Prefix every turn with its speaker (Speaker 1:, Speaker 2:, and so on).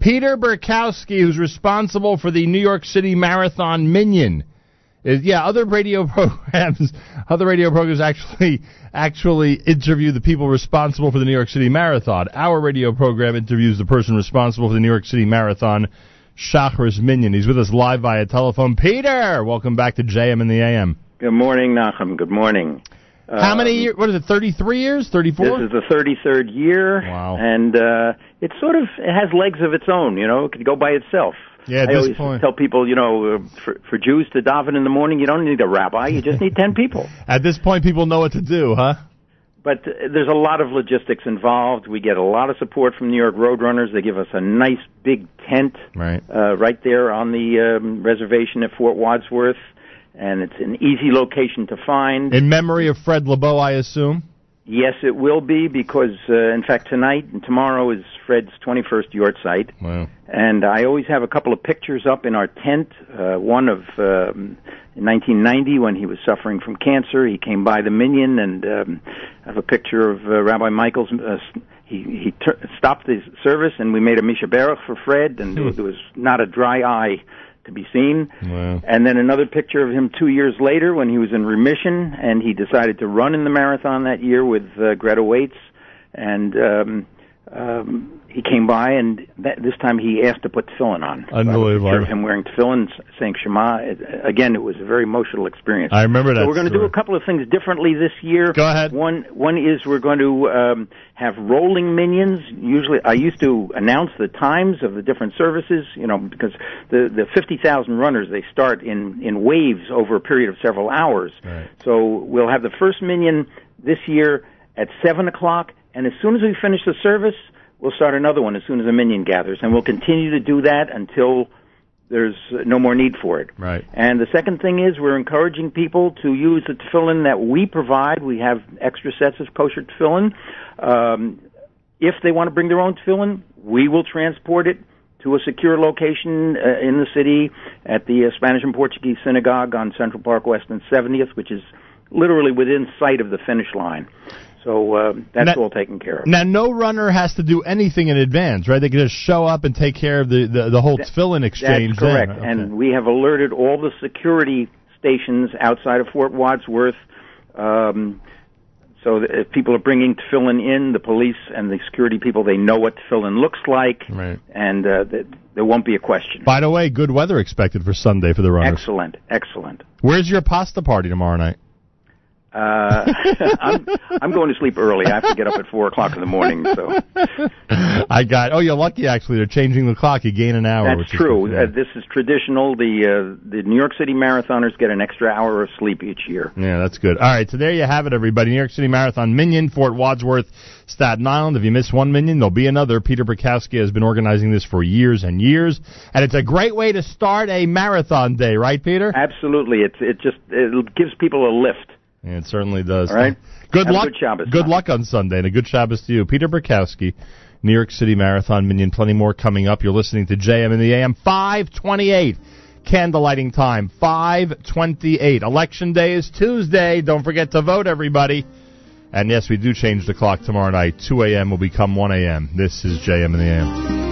Speaker 1: Peter Burkowski, who's responsible for the New York City Marathon Minion. Is, yeah, other radio programs, other radio programs actually actually interview the people responsible for the New York City Marathon. Our radio program interviews the person responsible for the New York City Marathon, Shachris Minion. He's with us live via telephone. Peter, welcome back to JM in the AM.
Speaker 2: Good morning, Nachum. Good morning. Um,
Speaker 1: How many years? What is it? Thirty-three years? Thirty-four?
Speaker 2: Uh, This is the 33rd year.
Speaker 1: Wow.
Speaker 2: And uh, it sort of it has legs of its own, you know. It could go by itself.
Speaker 1: Yeah, at
Speaker 2: I
Speaker 1: this
Speaker 2: always
Speaker 1: point.
Speaker 2: tell people, you know, uh, for, for Jews to daven in the morning, you don't need a rabbi. You just need 10 people.
Speaker 1: At this point, people know what to do, huh?
Speaker 2: But uh, there's a lot of logistics involved. We get a lot of support from New York Roadrunners. They give us a nice big tent
Speaker 1: Right.
Speaker 2: uh, right there on the um, reservation at Fort Wadsworth. And it's an easy location to find.
Speaker 1: In memory of Fred LeBeau, I assume.
Speaker 2: Yes, it will be because, uh, in fact, tonight and tomorrow is Fred's 21st yard site,
Speaker 1: Wow.
Speaker 2: and I always have a couple of pictures up in our tent. Uh, one of um, 1990 when he was suffering from cancer, he came by the Minion, and um, I have a picture of uh, Rabbi Michael's. Uh, s- he he tur stopped the service, and we made a Misha Baruch for Fred, and there, there was not a dry eye to be seen.
Speaker 1: Wow.
Speaker 2: And then another picture of him two years later when he was in remission and he decided to run in the marathon that year with uh, Greta Waits. And um, um, he came by and that, this time he asked to put tefillin on. So I have a
Speaker 1: Unbelievable.
Speaker 2: picture of him wearing tefillin, s- saying Shema. It, again, it was a very emotional experience.
Speaker 1: I remember that.
Speaker 2: So we're going to do
Speaker 1: story.
Speaker 2: a couple of things differently this year.
Speaker 1: Go ahead.
Speaker 2: One one is we're going to um, have rolling minions. Usually, I used to announce the times of the different services. You know, because the the fifty thousand runners they start in in waves over a period of several hours.
Speaker 1: Right.
Speaker 2: So we'll have the first minion this year at seven o'clock, and as soon as we finish the service, we'll start another one as soon as a minion gathers, and we'll continue to do that until there's uh, no more need for it.
Speaker 1: Right.
Speaker 2: And the second thing is we're encouraging people to use the tefillin that we provide. We have extra sets of kosher tefillin. Um, if they want to bring their own tefillin, we will transport it to a secure location uh, in the city at the uh, Spanish and Portuguese synagogue on Central Park West and 70th, which is literally within sight of the finish line. So uh,
Speaker 1: Now-
Speaker 2: that's all taken care of.
Speaker 1: Now, no runner has to do anything in advance, right? They can just show up and take care of the, the, the whole fill-in exchange.
Speaker 2: That's correct.
Speaker 1: Then. Okay.
Speaker 2: And we have alerted all the security stations outside of Fort Wadsworth. Um, so that if people are bringing tefillin in, the police and the security people, they know what tefillin looks like,
Speaker 1: Right.
Speaker 2: and uh, th- there won't be a question.
Speaker 1: By the way, good weather expected for Sunday for the runners.
Speaker 2: Excellent, excellent.
Speaker 1: Where's your pasta party tomorrow night?
Speaker 2: Uh, I'm, I'm going to sleep early. I have to get up at four o'clock in the morning. So
Speaker 1: Oh, I got. Oh, you're lucky actually. They're changing the clock. You gain an hour.
Speaker 2: that's
Speaker 1: which is-
Speaker 2: true.
Speaker 1: yeah.
Speaker 2: Uh, this is traditional. The uh, the New York City marathoners get an extra hour of sleep each year.
Speaker 1: Yeah, that's good. All right, so there you have it, everybody. New York City Marathon Minion, Fort Wadsworth, Staten Island. If you miss one Minion, there'll be another. Peter Bukowski has been organizing this for years and years, and it's a great way to start a marathon day, right, Peter?
Speaker 2: Absolutely, it it just it gives people a lift.
Speaker 1: Yeah, it certainly does.
Speaker 2: All right.
Speaker 1: Good
Speaker 2: Have a
Speaker 1: luck.
Speaker 2: good Shabbos.
Speaker 1: good luck on Sunday, and a good Shabbos to you, Peter Burkowski, New York City Marathon Minion. Plenty more coming up. You're listening to JM in the AM. 5:28 candlelighting time. 5:28. Election day is Tuesday. Don't forget to vote, everybody. And yes, we do change the clock tomorrow night. 2 a.m. will become 1 a.m. This is JM in the AM.